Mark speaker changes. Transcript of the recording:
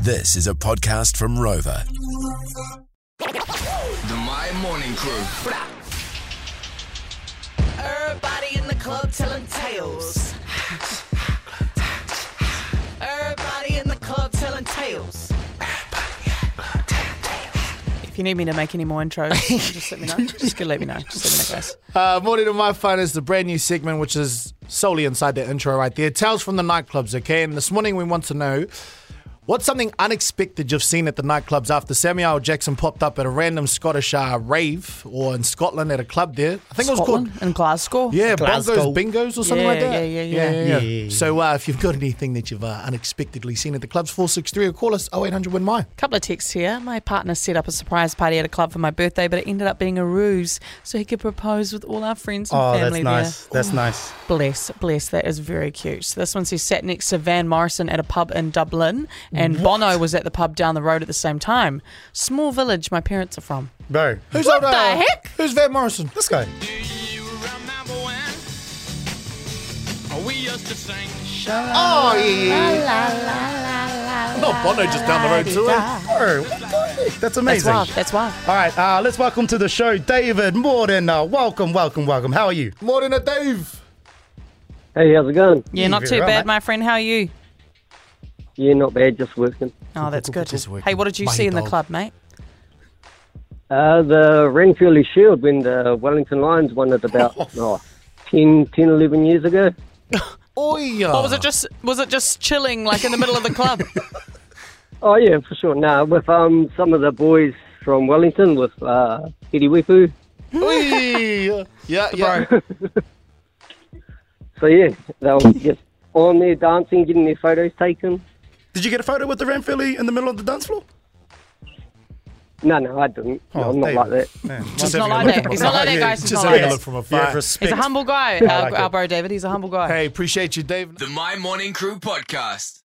Speaker 1: This is a podcast from Rover.
Speaker 2: The My Morning Crew.
Speaker 3: Everybody in the club telling tales. Everybody in the club telling tales.
Speaker 4: If you need me to make any more intros, just let me know. Just go let me know. Just let me know, guys.
Speaker 5: Uh, Morning to My Phone is the brand new segment, which is solely inside that intro right there. Tales from the nightclubs, okay? And this morning we want to know what's something unexpected you've seen at the nightclubs after Samuel Jackson popped up at a random Scottish uh, rave or in Scotland at a club there. I think it was
Speaker 4: Scotland
Speaker 5: called.
Speaker 4: and Glasgow.
Speaker 5: Yeah,
Speaker 6: Glasgow.
Speaker 5: Broncos Bingos or something like
Speaker 4: Yeah,
Speaker 5: that.
Speaker 4: yeah, yeah, yeah.
Speaker 6: Yeah.
Speaker 5: So uh, if you've got anything that you've uh, unexpectedly seen at the clubs, 463 or call us 0800 Win My.
Speaker 4: Couple of texts here. My partner set up a surprise party at a club for my birthday, but it ended up being a ruse so he could propose with all our friends and
Speaker 6: Oh, that's
Speaker 4: family
Speaker 6: nice. That's nice.
Speaker 4: there. Bless, bless. That is very cute. So this one says sat next to Van Morrison at a pub in Dublin, and Bono was at the pub down the road at the same time. Small village my parents are from.
Speaker 6: Bro,
Speaker 5: Who's
Speaker 4: What
Speaker 5: old,
Speaker 4: the
Speaker 5: uh,
Speaker 4: heck?
Speaker 5: Who's Van Morrison?
Speaker 6: this guy.
Speaker 5: Oh, yeah, yeah. Not Bono just down the road to it.
Speaker 6: Bro, what the heck? that's
Speaker 4: That's
Speaker 6: amazing.
Speaker 4: wild. That's wild.
Speaker 6: All right, uh, let's welcome to the show David Morden. Uh, welcome, welcome, welcome. How are you?
Speaker 5: Morning to Dave.
Speaker 7: Hey, how's it going?
Speaker 4: Yeah, not
Speaker 6: very
Speaker 4: too
Speaker 6: well,
Speaker 4: bad,
Speaker 6: mate.
Speaker 4: my friend. How are you?
Speaker 7: Yeah, not bad, just working.
Speaker 4: Oh, that's good.
Speaker 5: Just working.
Speaker 4: Hey, what did you
Speaker 5: My
Speaker 4: see in the
Speaker 5: dog.
Speaker 4: club, mate?
Speaker 7: Uh, the Renfrew Shield when the Wellington Lions won it about oh, 10, 10, 11 years ago.
Speaker 5: Oh,
Speaker 4: Or
Speaker 6: Ah.
Speaker 4: was it just was it just chilling like in the middle of the club?
Speaker 7: Oh, yeah, for sure. Now, with um some of the boys from Wellington, with uh, Eddie Wepu.
Speaker 5: yeah, yeah. Bro.
Speaker 7: So, yeah, they were just on there dancing, getting their photos taken.
Speaker 6: Did you get a photo with the Ramphilly in the middle of the dance floor?
Speaker 7: No, no, I didn't. No, I'm not like that.
Speaker 4: He's not like that. He's not like that, guys. He's
Speaker 5: Just
Speaker 4: not like
Speaker 5: having a
Speaker 4: that.
Speaker 5: look from afar.
Speaker 6: Yeah, respect.
Speaker 4: He's a humble guy,
Speaker 6: I
Speaker 4: our,
Speaker 6: like
Speaker 4: our
Speaker 6: it.
Speaker 4: bro David. He's a humble guy.
Speaker 5: hey, appreciate you, Dave.
Speaker 2: The My Morning Crew podcast.